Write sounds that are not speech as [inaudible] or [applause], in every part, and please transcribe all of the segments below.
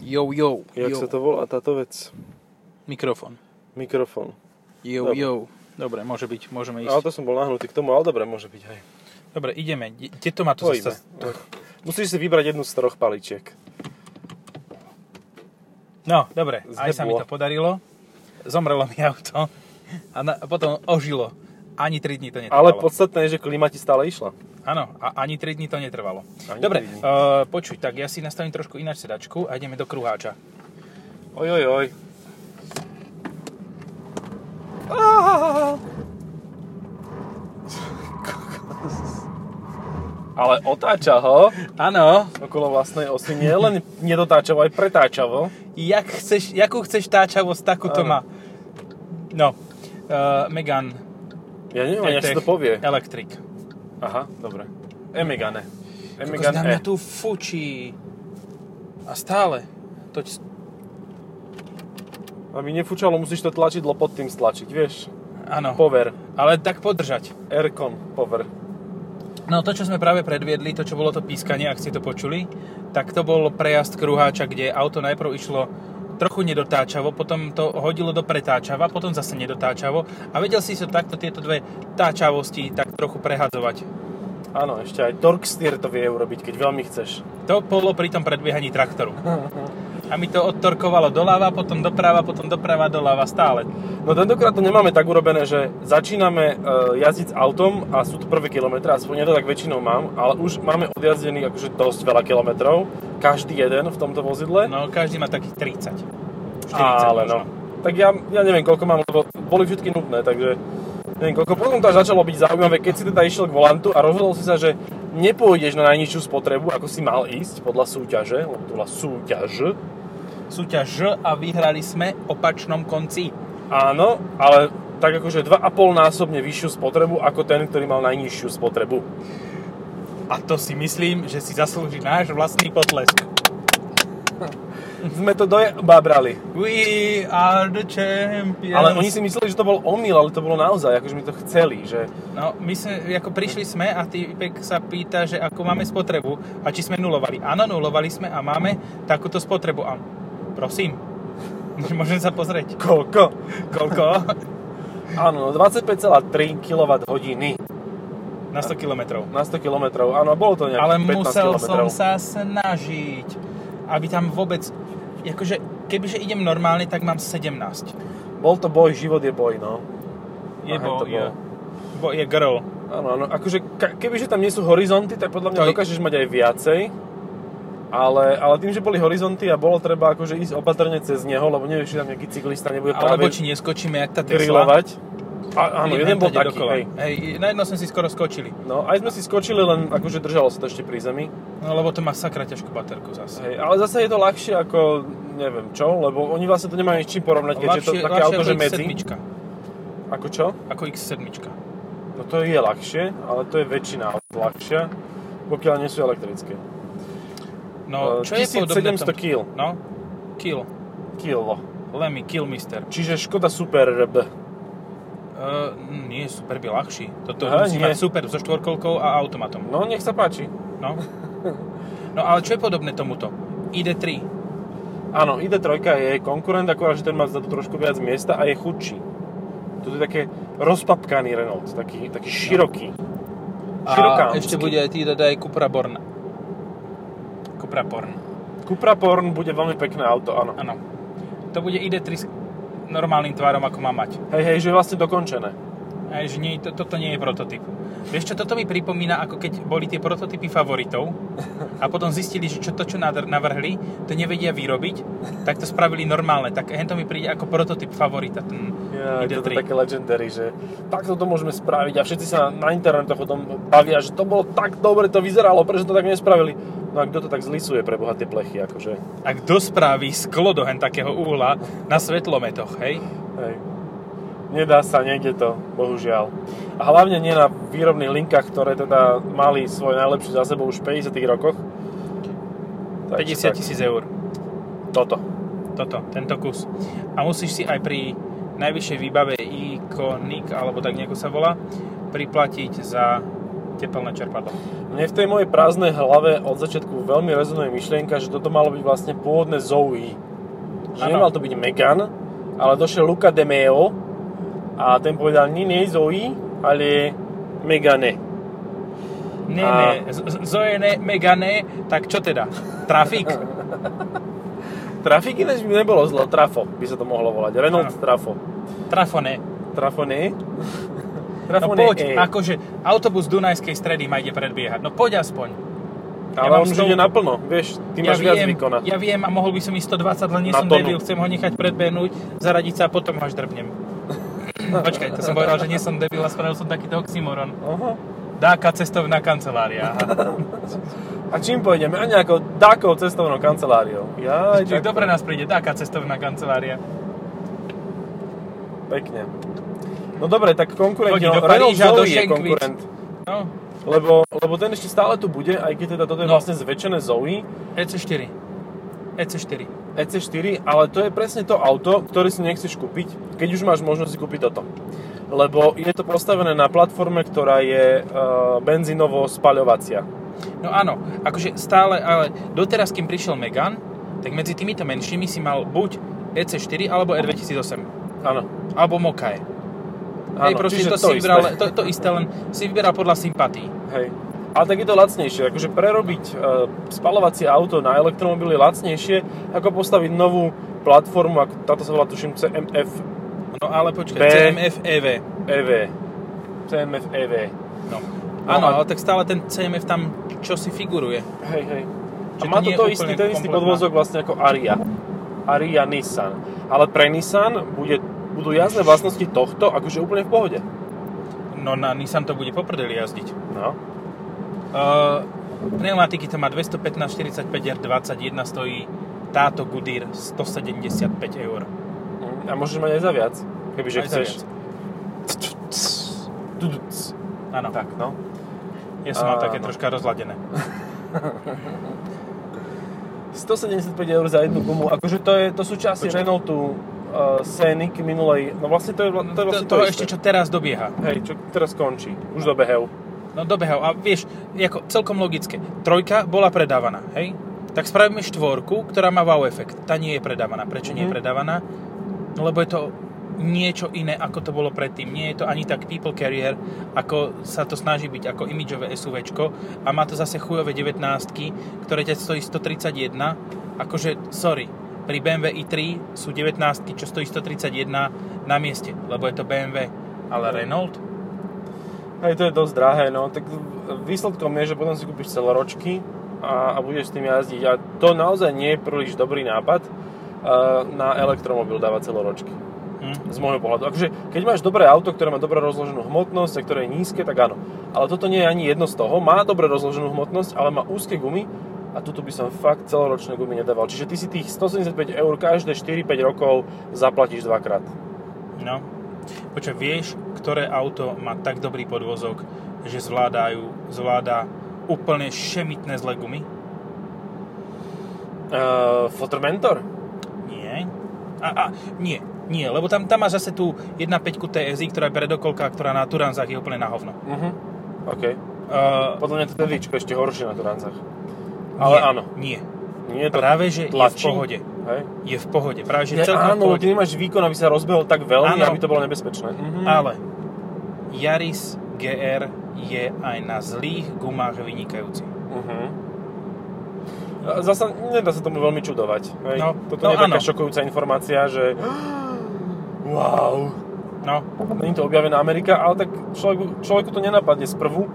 Jo, jo, Jak jo. sa to volá táto vec? Mikrofón. Mikrofón. Jo, Dobre. jo. Dobre, môže byť, môžeme ísť. Ale to som bol nahnutý k tomu, ale dobre, môže byť aj. Dobre, ideme. De- Kde to má to Pojďme. zase? To... Musíš si vybrať jednu z troch paličiek. No, dobre, aj sa mi Zheblo. to podarilo. Zomrelo mi auto a, na, a potom ožilo. Ani 3 dní to netrvalo. Ale podstatné je, že klima ti stále išla. Áno, a ani 3 dní to netrvalo. Ani dobre, tri dní. uh, počuj, tak ja si nastavím trošku ináč sedačku a ideme do kruháča. Oj, oj, oj. Ah! Ale otáča ho Áno, okolo vlastnej osy. Nie len nedotáčavo, aj pretáčavo. jak chceš, jakú chceš táčavosť, takú to Áno. má. No, uh, Megan No, Ja neviem, ani, E-Tech ak sa to povie. Electric. Aha, dobre. Emigane. Kokos, Emigan na E. mňa tu fučí. A stále. To č- Aby nefúčalo, musíš to tlačidlo pod tým stlačiť, vieš? Áno, Pover. ale tak podržať. Aircon, pover. No to, čo sme práve predviedli, to, čo bolo to pískanie, ak ste to počuli, tak to bol prejazd kruháča, kde auto najprv išlo trochu nedotáčavo, potom to hodilo do pretáčava, potom zase nedotáčavo a vedel si sa takto tieto dve táčavosti tak trochu prehadzovať. Áno, ešte aj torque steer to vie urobiť, keď veľmi chceš. To bolo pri tom predbiehaní traktoru. [laughs] A mi to odtorkovalo doľava, potom doprava, potom doprava, doľava, stále. No tentokrát to nemáme tak urobené, že začíname e, jazdiť s autom a sú to prvé kilometre, aspoň ja to tak väčšinou mám, ale už máme odjazdených akože dosť veľa kilometrov, každý jeden v tomto vozidle. No každý má takých 30. 40 ale možno. no. Tak ja, ja neviem, koľko mám, lebo boli všetky nutné, takže neviem, koľko. Potom to až začalo byť zaujímavé, keď si teda išiel k volantu a rozhodol si sa, že nepôjdeš na najnižšiu spotrebu, ako si mal ísť podľa súťaže, lebo to bola súťaž. Súťaž Ž a vyhrali sme opačnom konci. Áno, ale tak akože 2,5 násobne vyššiu spotrebu ako ten, ktorý mal najnižšiu spotrebu. A to si myslím, že si zaslúži náš vlastný potlesk. Sme to dojeba brali. We are the champions. Ale oni si mysleli, že to bol omyl, ale to bolo naozaj, akože my to chceli, že... No, my sme, ako prišli sme a typek sa pýta, že ako máme spotrebu a či sme nulovali. Áno, nulovali sme a máme takúto spotrebu. A prosím, [laughs] môžem sa pozrieť. Koľko? Koľko? Áno, no 25,3 kWh Na 100 kilometrov. na 100 km. Áno, bolo to nejakých Ale 15 musel km. som sa snažiť, aby tam vôbec... Akože, kebyže idem normálne, tak mám 17. Bol to boj, život je boj, no. Je Aha, bo, to je, bolo. bo, je girl. Áno, áno. Akože, ka- kebyže tam nie sú horizonty, tak podľa mňa To je- dokážeš mať aj viacej. Ale, ale tým, že boli horizonty a bolo treba akože ísť opatrne cez neho, lebo nevieš, či tam nejaký cyklista nebude Alebo práve či neskočíme, jak tá Tesla. grilovať. A, áno, Hneď jeden bol ide taký, dokola. hej. hej. na jedno sme si skoro skočili. No, aj sme si skočili, len akože držalo sa to ešte pri zemi. No lebo to má sakra ťažkú baterku zase. Hej, ale zase je to ľahšie ako, neviem čo, lebo oni vlastne to nemajú nič čím porovnať, keďže je to také auto, že medzi. X7. Ako čo? Ako X7. No to je ľahšie, ale to je väčšina aut ľahšia, pokiaľ nie sú elektrické. No, Eh, čo je podobné 1700 kg. No, kill. Kilo. Lemmy, kill mister. Čiže Škoda Super RB. Uh, nie, super by ľahší. Toto Aha, musí nie. mať super so štvorkolkou a automatom. No, nech sa páči. No. no ale čo je podobné tomuto? ID3. Áno, ID3 je konkurent, akurát, že ten má vzadu trošku viac miesta a je chudší. Toto je také rozpapkaný Renault, taký, taký široký. A Široká. ešte bude aj tý dodaj Cupra Born. Cupra Born. Cupra Porn bude veľmi pekné auto, áno. Áno. To bude ID3 s normálnym tvarom, ako má mať. Hej, hej, že je vlastne dokončené. Aj, že nie, to, toto nie je prototyp. Vieš čo, toto mi pripomína, ako keď boli tie prototypy favoritov a potom zistili, že čo to, čo nadr- navrhli, to nevedia vyrobiť, tak to spravili normálne. Tak hento mi príde ako prototyp favorita, ten Ja, to je ID3. také legendary, že takto to môžeme spraviť a všetci sa na, na internetoch o tom bavia, že to bolo tak dobre, to vyzeralo, prečo to tak nespravili. No a kto to tak zlisuje pre bohaté plechy, akože. A kto spraví sklo do hen takého uhla na svetlometoch, hej? Hej. Nedá sa, nejde to, bohužiaľ. A hlavne nie na výrobných linkách, ktoré teda mali svoj najlepší za sebou už v 50 rokoch. Takže 50 tisíc eur. tak, Toto. toto, tento kus. A musíš si aj pri najvyššej výbave Iconic, alebo tak nejako sa volá, priplatiť za tepelné čerpadlo. Mne v tej mojej prázdnej hlave od začiatku veľmi rezonuje myšlienka, že toto malo byť vlastne pôvodné Zoe. Že Áno. nemal to byť Megan, ale došiel Luca de Meo a ten povedal, nie, nie Zoe, ale Megane. Nie, A- nie, Z- z- Zoe ne, Megane, tak čo teda? [laughs] Trafik? Trafik ináč by nebolo zlo, Trafo by sa to mohlo volať. Renault Áno. Trafo. Trafone. Trafo nie? No Trafo nie, poď, eh. akože autobus Dunajskej stredy ma ide predbiehať. No poď aspoň. ja Ale mám on už stovku. ide naplno, vieš, ty máš viac viem, výkona. ja viem a mohol by som ísť 120, len nie Na som tonu. debil, chcem ho nechať predbehnúť, zaradiť sa a potom ho až [laughs] drbnem. Počkaj, to som povedal, že nie som debil a spravil som takýto oxymoron. Aha. Dáka cestovná kancelária. [laughs] Aha. A čím pôjdeme? A nejakou takou cestovnou kanceláriou. Ja, Čiže dobre nás príde, dáka cestovná kancelária. Pekne. No dobre, tak konkurent, Chodí no, do Renault Paríža, do Zoe je Šenkvic. konkurent. No, Lebo, lebo ten ešte stále tu bude, aj keď teda toto je No. vlastne zväčšené Zoe EC4. EC4. EC4, ale to je presne to auto, ktoré si nechceš kúpiť, keď už máš možnosť si kúpiť toto. Lebo je to postavené na platforme, ktorá je e, benzínovo spaľovacia. No áno, akože stále, ale doteraz, kým prišiel Megan, tak medzi týmito menšími si mal buď EC4 alebo R2008. Áno. Alebo Mokae. áno. Hej, proste čiže to, si vybral, isté. to, to isté, len si vyberal podľa sympatí. Hej. Ale tak je to lacnejšie. Akože prerobiť e, spalovacie auto na elektromobil je lacnejšie, ako postaviť novú platformu, ako táto sa volá tuším CMF No ale počkaj, B. CMF EV. EV. CMF EV. No. No Áno, a- ale tak stále ten CMF tam čo si figuruje. Hej, hej. A Čiže má to nie to, to je istý, úplne ten istý kompletná. podvozok vlastne ako Aria. Aria Nissan. Ale pre Nissan bude, budú jasné vlastnosti tohto akože úplne v pohode. No na Nissan to bude poprdeli jazdiť. No. Uh, pneumatiky to má 215 45 R21, stojí táto Goodyear 175 eur. A môžeš mať aj za viac, kebyže Aj za chceš. viac. Tu, tu, ts. Áno. Tak, no. Ja som mal Áno. také troška rozladené. 175 eur za jednu gumu, akože to, je, to sú časti Počkaj. Renaultu uh, Scenic minulej, no vlastne to je, vla- to je To, vlastne to to, ešte, čo teraz dobieha. Hej, čo teraz končí, už dobehel. No dobehal. A vieš, ako celkom logické. Trojka bola predávaná, hej? Tak spravíme štvorku, ktorá má wow efekt. Tá nie je predávaná. Prečo nie je Mhm. predávaná? No lebo je to niečo iné, ako to bolo predtým. Nie je to ani tak people carrier, ako sa to snaží byť, ako imidžové SUVčko. A má to zase chujové 19 ktoré ťa stojí 131. Akože, sorry, pri BMW i3 sú 19 čo stojí 131 na mieste, lebo je to BMW. Ale Renault? Hej, to je dosť drahé, no. Tak výsledkom je, že potom si kúpiš celoročky a, a budeš s tým jazdiť. A to naozaj nie je príliš dobrý nápad uh, na elektromobil dávať celoročky. Hm? Z môjho pohľadu. Akože, keď máš dobré auto, ktoré má dobre rozloženú hmotnosť a ktoré je nízke, tak áno. Ale toto nie je ani jedno z toho. Má dobre rozloženú hmotnosť, ale má úzke gumy a tuto by som fakt celoročné gumy nedával. Čiže ty si tých 175 eur každé 4-5 rokov zaplatíš dvakrát. No. Počkaj, vieš, ktoré auto má tak dobrý podvozok, že zvládajú, zvláda úplne šemitné zlé gumy? Uh, Fotormentor? Nie. A, a nie, nie, lebo tam, tam má zase tú 1.5 TSI, ktorá je predokolka, ktorá na Turanzách je úplne na hovno. Mhm. OK. Uh, Podľa mňa to je tričko ešte horšie na Turancach. Ale nie, áno. Nie, Nie je to práve že tlačí, je v pohode. Hej? Je v pohode, práve že Je, celkom v áno, pohode. ty nemáš výkon, aby sa rozbehol tak veľmi, Áno. aby to bolo nebezpečné. Mhm. Ale Yaris GR je aj na zlých gumách vynikajúci. Mhm. A Zasa nedá sa tomu veľmi čudovať. Hej? No, Toto no nie je taká áno. šokujúca informácia, že wow. No, Není to objavená Amerika, ale tak človeku, človeku to nenapadne sprvu,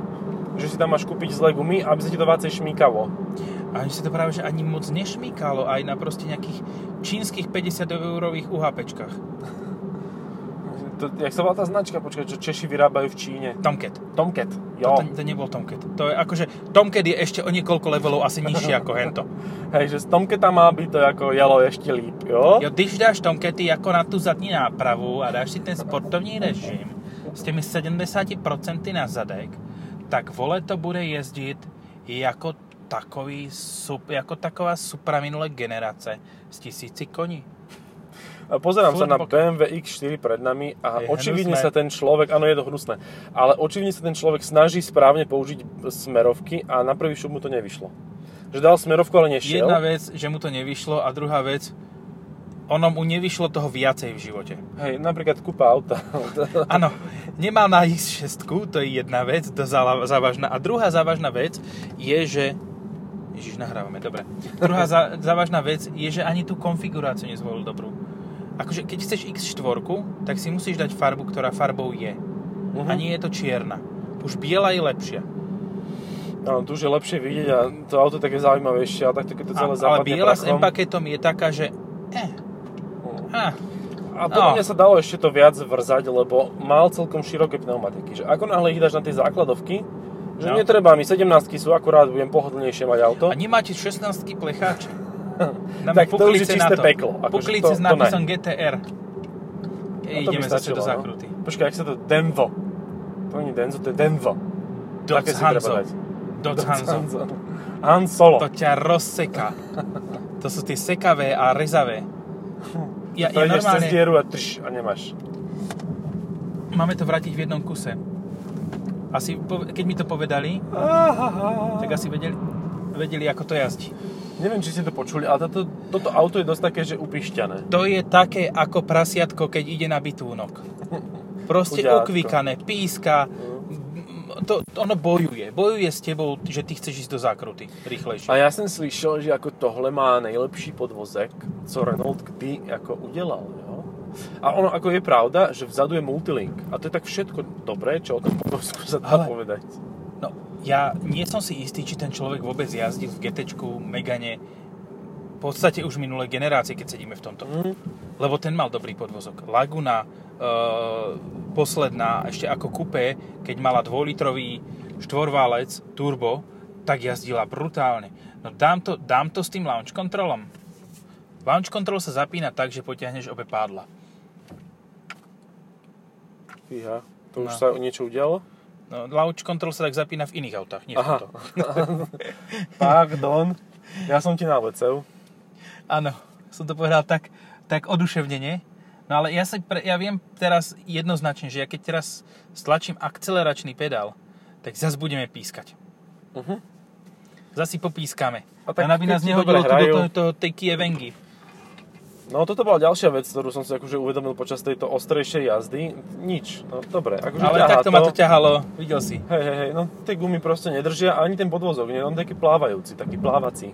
že si tam máš kúpiť zlé gumy, aby sa ti to vácej šmíkalo. A ani sa to práve že ani moc nešmýkalo, aj na proste nejakých čínskych 50-eurových UHPčkách. To, jak sa volá tá značka, počkaj, čo Češi vyrábajú v Číne? Tomcat. Tomcat. To, Jo. to nebol Tomcat. To je akože, Tomcat je ešte o niekoľko levelov asi nižší ako hento. Hej, že z Tomcata má byť to ako jalo ešte líp, jo? Jo, když dáš Tomcaty ako na tu zadní nápravu a dáš si ten sportovní režim s těmi 70% na zadek, tak vole to bude jezdit jako takový, sup, jako taková supra minulé generace s tisíci koní. Pozerám sa Furt na bok. BMW X4 pred nami a Je očividne hnusné. sa ten človek, áno je to hnusné, ale očividne sa ten človek snaží správne použiť smerovky a na prvý šup mu to nevyšlo. Že dal smerovku, ale nešiel. Jedna vec, že mu to nevyšlo a druhá vec, ono mu nevyšlo toho viacej v živote. Hej, napríklad kúpa [laughs] auta. Áno, nemal na X6, to je jedna vec, to zala- závažná. A druhá závažná vec je, že... Ježiš, nahrávame, dobre. Druhá za, závažná vec je, že ani tú konfiguráciu nezvolil dobrú. Akože, keď chceš X4, tak si musíš dať farbu, ktorá farbou je. Mhm. A nie je to čierna. Už biela je lepšia. Mhm. Áno, tu už je lepšie vidieť a to auto je také zaujímavejšie a takto keď to A, celé ale zapadne biela s prachom. M-paketom je taká, že... Eh, ah, A podľa No. mňa sa dalo ešte to viac vrzať, lebo mal celkom široké pneumatiky. Že ako náhle ich dáš na tie základovky, že No. netreba mi 17 sú, akurát budem pohodlnejšie mať auto. a nemáte 16 [laughs] plecháče. Dáme Tak to už je puklice na čisté peklo, akože Puklice to- s to nápisom GTR. A E, to by ideme zase stačilo, do no. zákruty. Počkaj, jak sa to Denvo. To nie Denzo, to je Denvo. No. Doc Také si Hanzo. treba dať. Doc Hanzo. Han Solo. To ťa [laughs] rozseká. To sú tie sekavé a rezavé. Ja, ja Prejdeš cez normálne, dieru a trš a nemáš. máme to vrátiť v jednom kuse. Asi, po- keď mi to povedali, No. tak asi vedeli, vedeli, ako to jazdí. Neviem, či ste to počuli, ale toto, toto auto je dosť také, že upišťané. To je také ako prasiatko, keď ide na bitúnok. Proste Chudiátko. ukvikané, píska, to, to ono bojuje. Bojuje s tebou, že ty chceš ísť do zákruty rýchlejšie. A ja som slyšel, že ako tohle má nejlepší podvozek, co Renault kdy jako udělal, jo? A ono ako je pravda, že vzadu je multilink. A to je tak všetko dobré, čo o tom podvozku sa dá Ale- povedať. No, ja nie som si istý, či ten človek vôbec jazdil v GT, Megane, v podstate už minulé generácie, keď sedíme v tomto. Mhm. Lebo ten mal dobrý podvozok. Laguna, e, posledná, ešte ako kupé, keď mala dvojlitrový štvorválec turbo, tak jazdila brutálne. No dám to, dám to s tým launch controlom. Launch control sa zapína tak, že potiahneš obe pádla. Fíha, to už No. sa niečo udialo? No, launch control sa tak zapína v iných autách, nie v Aha. tomto. [laughs] Pardon, ja som ti nalecev. Áno, som to povedal tak, tak oduševnenie. No ale ja, sa, pre, ja viem teraz jednoznačne, že ja keď teraz stlačím akceleračný pedál, tak zase budeme pískať. Mhm. Zase si popískame. A A tak tak, aby keď nás ti nehodilo dobre tu do hrajú. toho, toho, tej Kie Vengy. No toto bola ďalšia vec, ktorú som si akože uvedomil počas tejto ostrejšej jazdy. Nič, no dobre. Akože Ale ťahá takto ma to ťahalo, videl si. Hej, hej, hej, no tie gumy proste nedržia, ani ten podvozok, nie, on je taký plávajúci, taký plávací.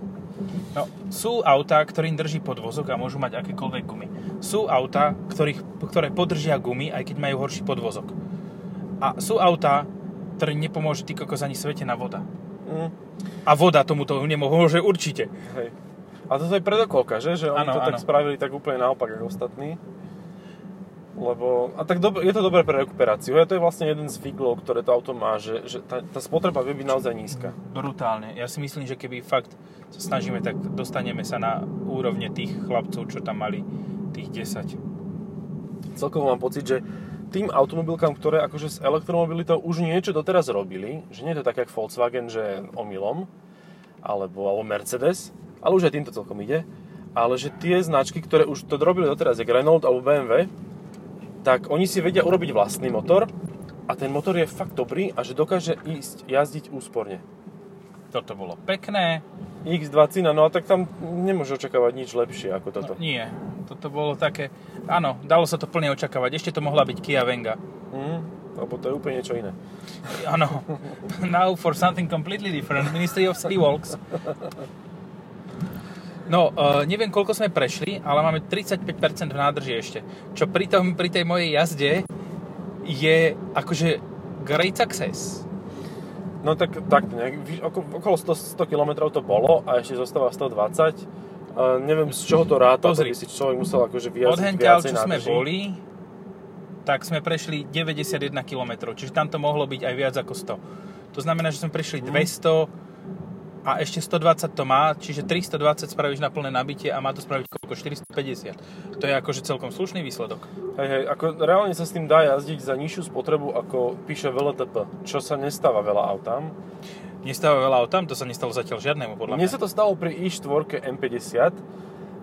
No, sú autá, ktorým drží podvozok a môžu mať akékoľvek gumy. Sú autá, ktorých, ktoré podržia gumy, aj keď majú horší podvozok. A sú autá, ktorým nepomôže ty kokos ani svetená voda. Mm, A voda tomuto nemôže určite. hej. A toto je predokolka, že? Že oni Áno, to áno. tak spravili tak úplne naopak ako ostatní. Lebo, a tak dob- je to dobré pre rekuperáciu. A to je vlastne jeden z figlov, ktoré to auto má, že, že tá, tá spotreba vie byť naozaj nízka. Brutálne. Ja si myslím, že keby fakt sa snažíme, tak dostaneme sa na úrovne tých chlapcov, čo tam mali tých 10. celkovo mám pocit, že tým automobilkám, ktoré akože s elektromobilitou už niečo doteraz robili, že nie je to tak, jak Volkswagen, že omylom, alebo, alebo Mercedes, ale už aj týmto celkom ide, ale že tie značky, ktoré už to robili doteraz, jak Renault alebo BMW, tak oni si vedia urobiť vlastný motor a ten motor je fakt dobrý a že dokáže ísť jazdiť úsporne. Toto bolo pekné. X20, no a tak tam nemôže očakávať nič lepšie ako toto. No, nie, toto bolo také... Áno, dalo sa to plne očakávať. Ešte to mohla byť Kia Venga. Mm, lebo to je úplne niečo iné. Áno. [laughs] Now for something completely different. Ministry of Sea Walks. No, e, neviem, koľko sme prešli, ale máme 35% v nádrži ešte. Čo pri, tom, pri tej mojej jazde je akože great success. No tak, tak nejak, vy- oko, okolo 100, 100 km to bolo a ešte zostáva 120. Uh, neviem, z čoho to ráta, to Pozri. by si človek musel akože Od vyjazdiť hentiaľ, viacej čo sme nádrží. boli, tak sme prešli 91 km, čiže tam to mohlo byť aj viac ako 100. To znamená, že sme prešli Mhm. 200 a ešte 120 to má, čiže 320 spravíš na plné nabitie a má to spraviť koľko? 450. To je akože celkom slušný výsledok. Hej, hej, ako reálne sa s tým dá jazdiť za nižšiu spotrebu, ako píše VLTP, čo sa nestáva veľa autám. Nestáva veľa o tam, to sa nestalo zatiaľ žiadnemu podľa Mne mňa. sa to stalo pri i4 M50,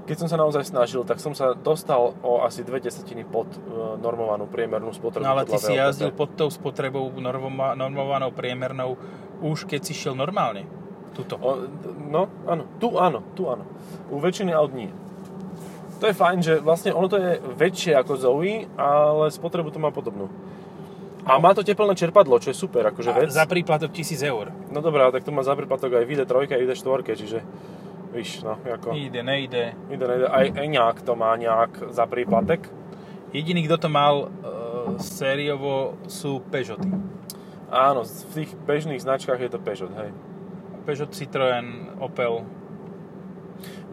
keď som sa naozaj snažil, tak som sa dostal o asi dve desatiny pod e, normovanú priemernú spotrebu. No ale ty podľa si VLTP. jazdil pod tou spotrebou normova- normovanou priemernou už keď si šiel normálne. Tuto. O, d- no, áno, tu áno, tu áno. U väčšiny aut nie. To je fajn, že vlastne ono to je väčšie ako Zoe, ale spotrebu to má podobnú. A má to teplné čerpadlo, čo je super, akože A vec. za príplatok 1000 eur. No dobrá, tak to má za prípadok aj v ID3, aj ID4, čiže víš, no, ako... Ide, nejde. Ide, nejde. Aj Eňák to má nejak za príplatek. Jediný, kto to mal e, sériovo, sú Peugeoty. Áno, z- v tých bežných značkách je to Peugeot, hej. Peugeot, Citroën, Opel.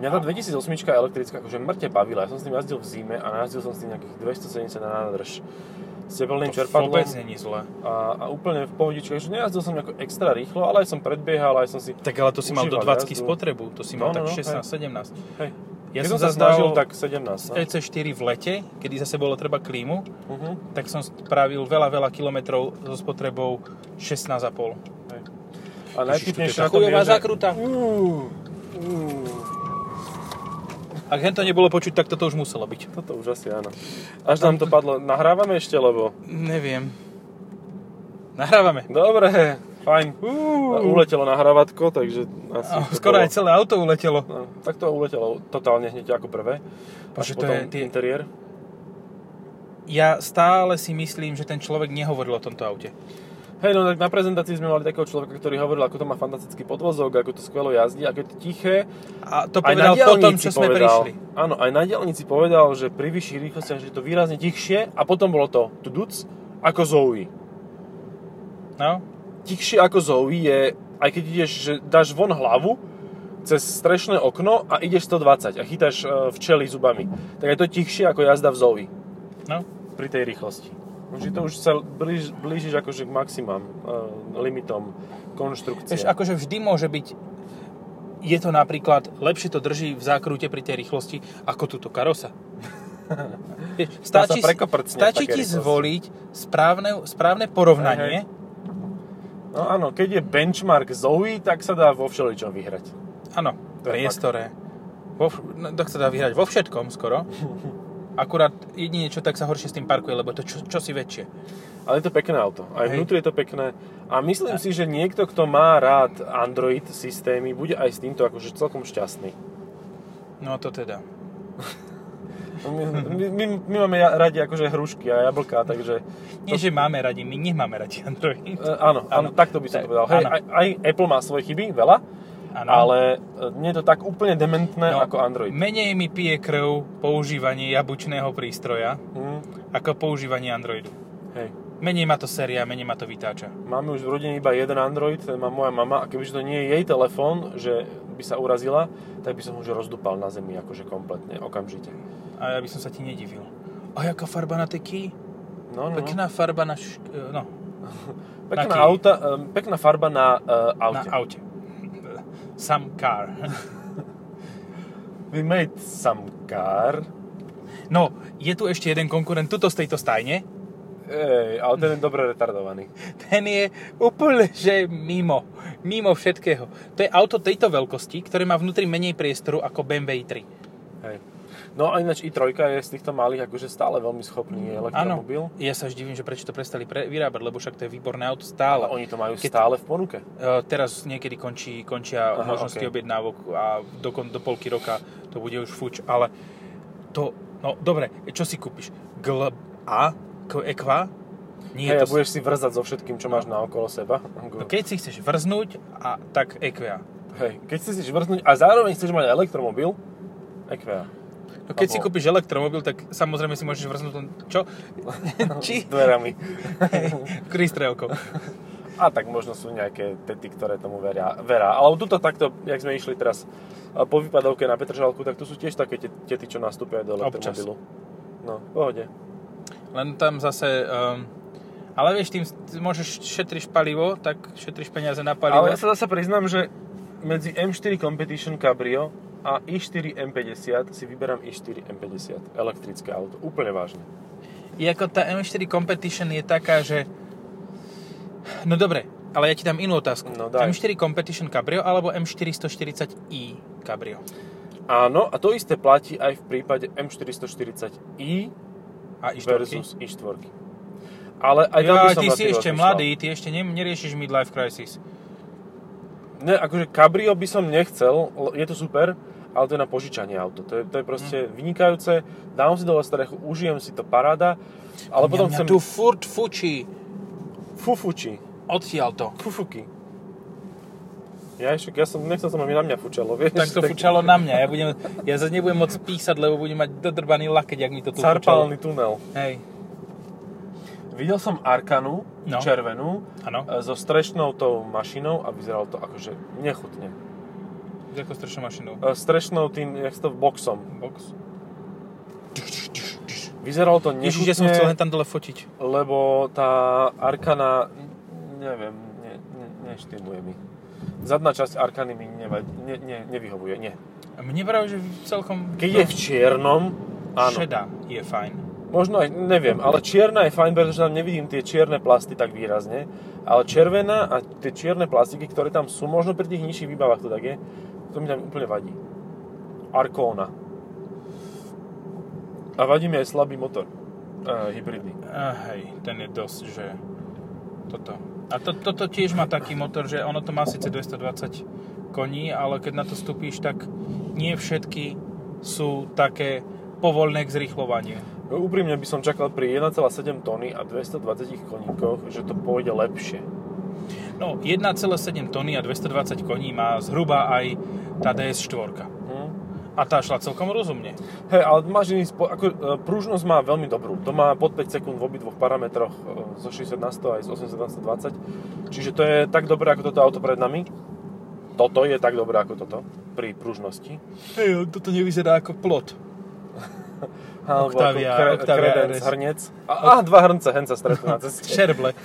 Mňa tá 2008 elektrická akože mŕte bavila. Ja som s tým jazdil v zime a jazdil som s tým nejakých 270 na nádrž. S teplným To čerpadlom vôbec není zle. a, a, úplne v pohodičke. Takže nejazdil som nejako extra rýchlo, ale aj som predbiehal, aj som si... Tak ale to si mal do Užíval 20 jazdu. spotrebu, to si No, mal tak no, no, 16, 17. Hej. Ja Keď som som sa zazdal snažil, tak 17. No. EC4 v lete, kedy zase bolo treba klímu, Mhm. tak som spravil veľa, veľa kilometrov so spotrebou 16,5. A to je najvtipnejšie na tá tom je, chujová že... zákruta. Mm, mm. Ak hen to nebolo počuť, tak toto už muselo byť. Toto už asi áno. Až nám to padlo. Nahrávame ešte, lebo... Neviem. Nahrávame. Dobre, fajn. Uletelo nahrávatko, takže... Asi A to Skoro bolo. aj celé auto uletelo. No, tak to uletelo totálne hneď ako prvé. Bože, to Až potom je- tie- interiér. Ja stále si myslím, že ten človek nehovoril o tomto aute. Hej, no tak na prezentácii sme mali takého človeka, ktorý hovoril, ako to má fantastický podvozok, ako to skvelo jazdí, ako je to tiché. A to Aj povedal na po tom, diaľnici čo sme povedal, prišli. Áno, aj na dielnici povedal, že pri vyšších rýchlostiach že je to výrazne tichšie a potom bolo to tu duc ako Zoe. No? Tichšie ako Zoe je, aj keď ideš, že dáš von hlavu cez strešné okno a ideš 120 a chytáš e, včely zubami. Tak je to tichšie ako jazda v Zoe. No? pri tej rýchlosti. Že to už sa blíž, blížiš akože k maximám, eh, limitom konštrukcie. Vieš, akože vždy môže byť je to napríklad, lepšie to drží v zákrute pri tej rýchlosti, ako túto [laughs] karosa. Vieš, Tá sa stačí, prekoprcne v stačí takej ti rýchlosti. zvoliť správne, správne porovnanie. No áno, keď je benchmark Zoe, tak sa dá vo všeličom vyhrať. Áno, To je priestore. Vo, vš- no, tak sa dá vyhrať vo všetkom [laughs] skoro. Akurát jedine čo tak sa horšie s tým parkuje, lebo to čo, čo si väčšie. Ale je to pekné auto. Aj Hej. vnútri je to pekné. A myslím si, že niekto, kto má rád Android systémy, bude aj s týmto akože celkom šťastný. No to teda. My, my, my, my máme ja- radi akože hrušky a jablká, takže... Nie, že máme radi, my nemáme radi Android. [laughs] E, áno, Áno. áno, takto by som Tak, to povedal. Hej, áno. aj, aj Apple má svoje chyby, veľa, Áno. ale e, nie je to tak úplne dementné No, ako Android. Menej mi pije krv používanie jabučného prístroja, Hm, ako používanie Androidu. hej. Menej ma to séria, menej ma to vytáča. Máme už v rodine iba jeden Android, ten má moja mama a kebyže to nie je jej telefón, že by sa urazila, tak by som ho už rozdupal na zemi, akože kompletne, okamžite. A ja by som sa ti nedivil. A jaká farba na teky? No, no, no. Pekná farba na... Šk- no, pekná, taký. auta, em, pekná farba na uh, na aute. aute. [laughs] Some car. We made some car. No, je tu ešte jeden konkurent, tuto z tejto stajne. Ej, ale ten je dobre retardovaný. Ten je úplne, že mimo. Mimo všetkého. To je auto tejto veľkosti, ktoré má vnútri menej priestoru ako BMW i3. Hej. No a ináč i3 je z týchto malých akože stále veľmi schopný Áno, elektromobil. ja sa až divím, že prečo to prestali pre- vyrábať, lebo však to je výborné auto stále. Oni to majú Keď- stále v ponuke. E, Teraz niekedy končí, končia Aha, Aha, možnosti okej. okay. objednávok a do, kon- do polky roka to bude už fuč, ale to, no dobre, čo si kúpiš? GL A? Q- Equa? Nie, Hej, a to... budeš si vrzať so všetkým, čo máš na okolo seba. No, keď si chceš vrznúť, a, tak Equa. Hej, keď si chceš vrznúť a zároveň chceš mať elektromobil, EQA. No, keď Alebo- si kúpiš elektromobil, tak samozrejme si môžeš vrznúť len [laughs] čo? S Či? dverami. Krystrelkou. A tak možno sú nejaké tety, ktoré tomu veria. veria. Ale tuto takto, jak sme išli teraz e, po vypadovke na Petržalku, tak tu sú tiež také te- tety, čo nastúpia aj do Občas. elektromobilu. No, v pohode. Len tam zase... Um, ale vieš, tým s- môžeš šetriš palivo, tak šetriš peniaze na palivo. Ale ja sa zase priznám, že medzi M4 Competition Cabrio a i4 M50 si vyberám i4 M50. Elektrické auto. Úplne vážne. Jako tá M4 Competition je taká, že... No dobre, ale ja ti dám inú otázku. No daj. M4 Competition Cabrio alebo M440i Cabrio? Áno, a to isté platí aj v prípade M440i A i štvorky. versus i4. Ale aj tam by Ja, som ty na si tie ešte rozmýšľal. mladý, ty ešte ne, neriešiš midlife crisis. Ne, akože Cabrio by som nechcel, l- je to super, ale to je na požičanie auto. To je, to je proste vynikajúce, dám si dole strechu, užijem si to paráda, ale No potom mňa, chcem tu furt fučí fufuči, odtiaľ to. kufuky. Ja, však, ja som, nechcel som, aby na mňa fučalo, vieš? Tak to fučalo na mňa. Ja, budem, ja sa nebudem môcť písať, lebo budem mať dodrbaný lakeť, ak mi to tu fučalo. Carpálny tunel. Hej, Videl som Arkanu, No. červenú, áno. e, so strešnou tou mašinou a vyzeralo to akože nechutne. S ako strašnou mašinou. E, Strešnou tým, jak to boxom. Box. Vyzeralo to Ježiš, nechutne, ja som chcel len tam dole fotiť. lebo tá Arkana, n- neviem, ne, ne, neštimuje mi. Zadná časť Arkany mi nevad, ne, ne, nevyhovuje, nie. A mne práve, že celkom... Keď je v čiernom, áno. Šedá je fajn. Možno aj, neviem, ale čierna je fajn, pretože tam nevidím tie čierne plasty tak výrazne, ale červená a tie čierne plastiky, ktoré tam sú, možno pri tých nižších výbavách to tak je, to mi tam úplne vadí. Arkona. A vadí mi aj slabý motor. Uh, hybridný. A hej, ten je dosť, že toto. A to, toto tiež má taký motor, že ono to má síce 220 koní, ale keď na to stúpíš, tak nie všetky sú také povolné k zrýchľovaniu. Úprimne by som čakal pri 1,7 tony a 220 koníkoch, že to pôjde lepšie. No, 1,7 tony a 220 koní má zhruba aj tá DS4. Hm? A tá šla celkom rozumne. Hej, ale máš iný spo- ako, e, pružnosť má veľmi dobrú. To má pod 5 sekúnd v obidvoch parametroch e, zo 60 na 100 aj z 80 na 120. Čiže to je tak dobré ako toto auto pred nami. Toto je tak dobré ako toto pri pružnosti. Hej, toto nevyzerá ako plot. Alebo Octavia- ako kre- Octavia kredenc, RS. hrnec. A, a dva hrnce, hen sa stretnú na [laughs] ceste. [laughs] Šerble.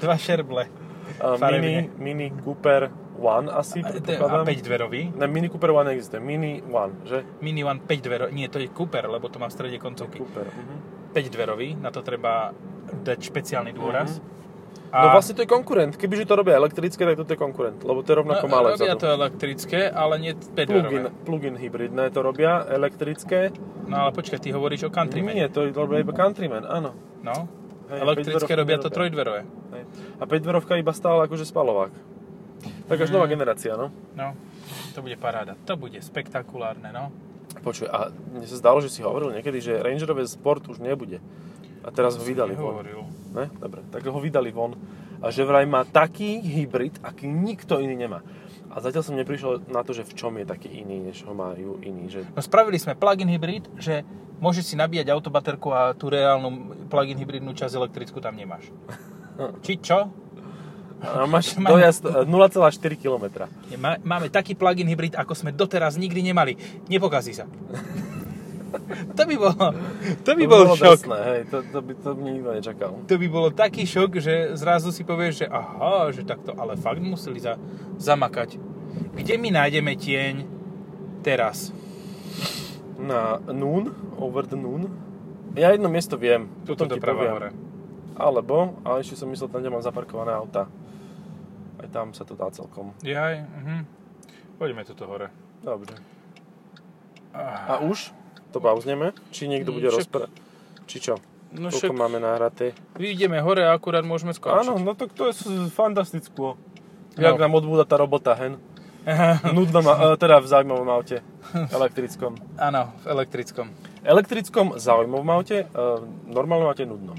Dva šerble. E, mini, mini Cooper One asi, A predpokladám. 5 dverový. Ne, Mini Cooper One existuje. Mini One, že? Mini One 5 dverový. Nie, to je Cooper, lebo to má v strede koncovky. Cooper. Mhm. 5 dverový, na to treba dať špeciálny dôraz. A No vlastne to je konkurent. Kebyže to robia elektrické, tak toto je konkurent, lebo to je rovnako no, malé robia vzadu. to elektrické, ale nie 5 Plug-in, dverové. plug-in hybridné to robia, elektrické. No ale počkaj, ty hovoríš o Countryman. Nie, to robia iba Countryman, áno. No, Hej, elektrické päťdverovky robia to nerobia. trojdverové. Hej. A 5 dverovka iba stála akože spalovák. Tak Mhm. až nová generácia, no. No, to bude paráda. To bude spektakulárne, no. Počuj, a mne sa zdalo, že si hovoril niekedy, že Rangerové Sport už nebude. A teraz ho vydali von. Hovoril. Ne? Dobre, tak ho vydali von. A že vraj má taký hybrid, aký nikto iný nemá. A zatiaľ som neprišiel na to, že v čom je taký iný, než ho majú iní. [laughs] Že No spravili sme plug-in hybrid, že môžeš si nabíjať autobaterku a tú reálnu plug-in hybridnú časť elektrickú tam nemáš. Či čo? A máš Mám- dojazd eh, 0,4 km. Má- Máme taký plug-in hybrid, ako sme doteraz nikdy nemali. Nepokazí sa. to by bolo, to by bol šok. Drsné, hej, to, to, by, to by nikto nečakal. To by bolo taký šok, že zrazu si povieš, že aha, že takto, ale fakt museli za, zamakať. Kde my nájdeme tieň teraz? Na noon, over the noon. Ja jedno miesto viem, Tuto potom ti doprava poviem. hore. Alebo, ale ešte som myslel, tam, kde mám zaparkované auta. Aj tam sa to dá celkom. Jaj, mhm. Poďme tuto hore. Dobre. Ah, Mm, A už? To pauzneme? Či niekto bude Však- rozprávať? Či čo? No Koľko však máme nahraté? vyjdeme hore a akurát môžeme skočiť. Áno, no tak to je s- fantastickú. No. Jak nám odbúda tá robota, [laughs] hen? Nudno ma, eh, teda v zaujímavom aute. Elektrickom. Áno, v elektrickom. Elektrickom zaujímavom aute, e, normálnom aute nudnom.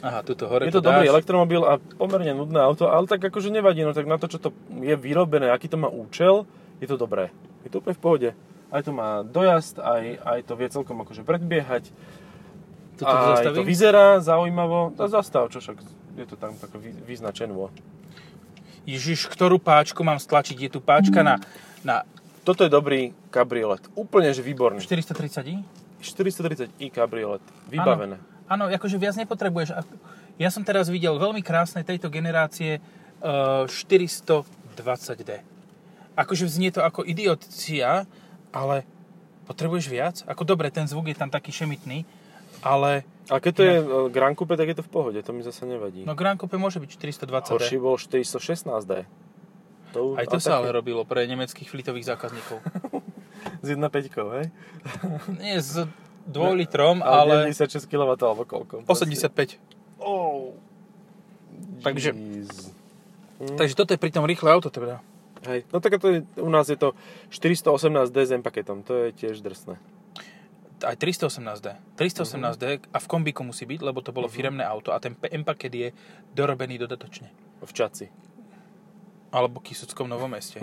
Aha, tuto hore Je to dáš. dobrý elektromobil a pomerne nudné auto, ale tak akože nevadí, no tak na to, čo to je vyrobené, aký to má účel, je to dobré. Je to úplne v pohode. Aj to má dojazd, aj, aj to vie celkom akože predbiehať. Tuto to aj to zastavím? vyzerá zaujímavo. No zastav, čo však je to tam také vy, vyznačenvo. Ježiš, ktorú páčku mám stlačiť? Je tu páčka na, na Toto je dobrý kabriolet. Úplne že výborný. 430i? 430i kabriolet. Vybavené. Áno, akože viac nepotrebuješ. A- Ja som teraz videl veľmi krásne tejto generácie eh, 420D. Akože znie to ako idiocia, ale potrebuješ viac? Ako dobre, ten zvuk je tam taký šemitný, ale A keď to je e, Grand Coupe, tak je to v pohode, to mi zase nevadí. no Grand Coupe môže byť 420D. Horší bol 416D. To, už- Aj to a sa ale také- robilo pre nemeckých flitových zákazníkov. s 1.5, hej? Nie s 2 litrom, Ale ale 96 kW alebo koľko? 85. Oh. Takže- Jeez. Takže toto je pritom rýchle auto teda. Hej, no tak to je, u nás je to 418D s M-paketom, to je tiež drsné. Aj 318D. 318D a v kombíku musí byť, lebo to bolo firemné auto a ten M-paket je dorobený dodatočne. V Čaci. Alebo Kisuckom Novom meste.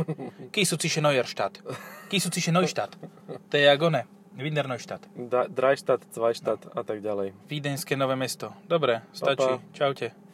Kisuciše Neuerstadt. Kisuciše Neustadt. To je jak one. Wiener Neustadt. Da, Dreistadt, Zweistadt a tak ďalej. Vídeňské Nové mesto. Dobre, stačí. Pa, pa. Čaute.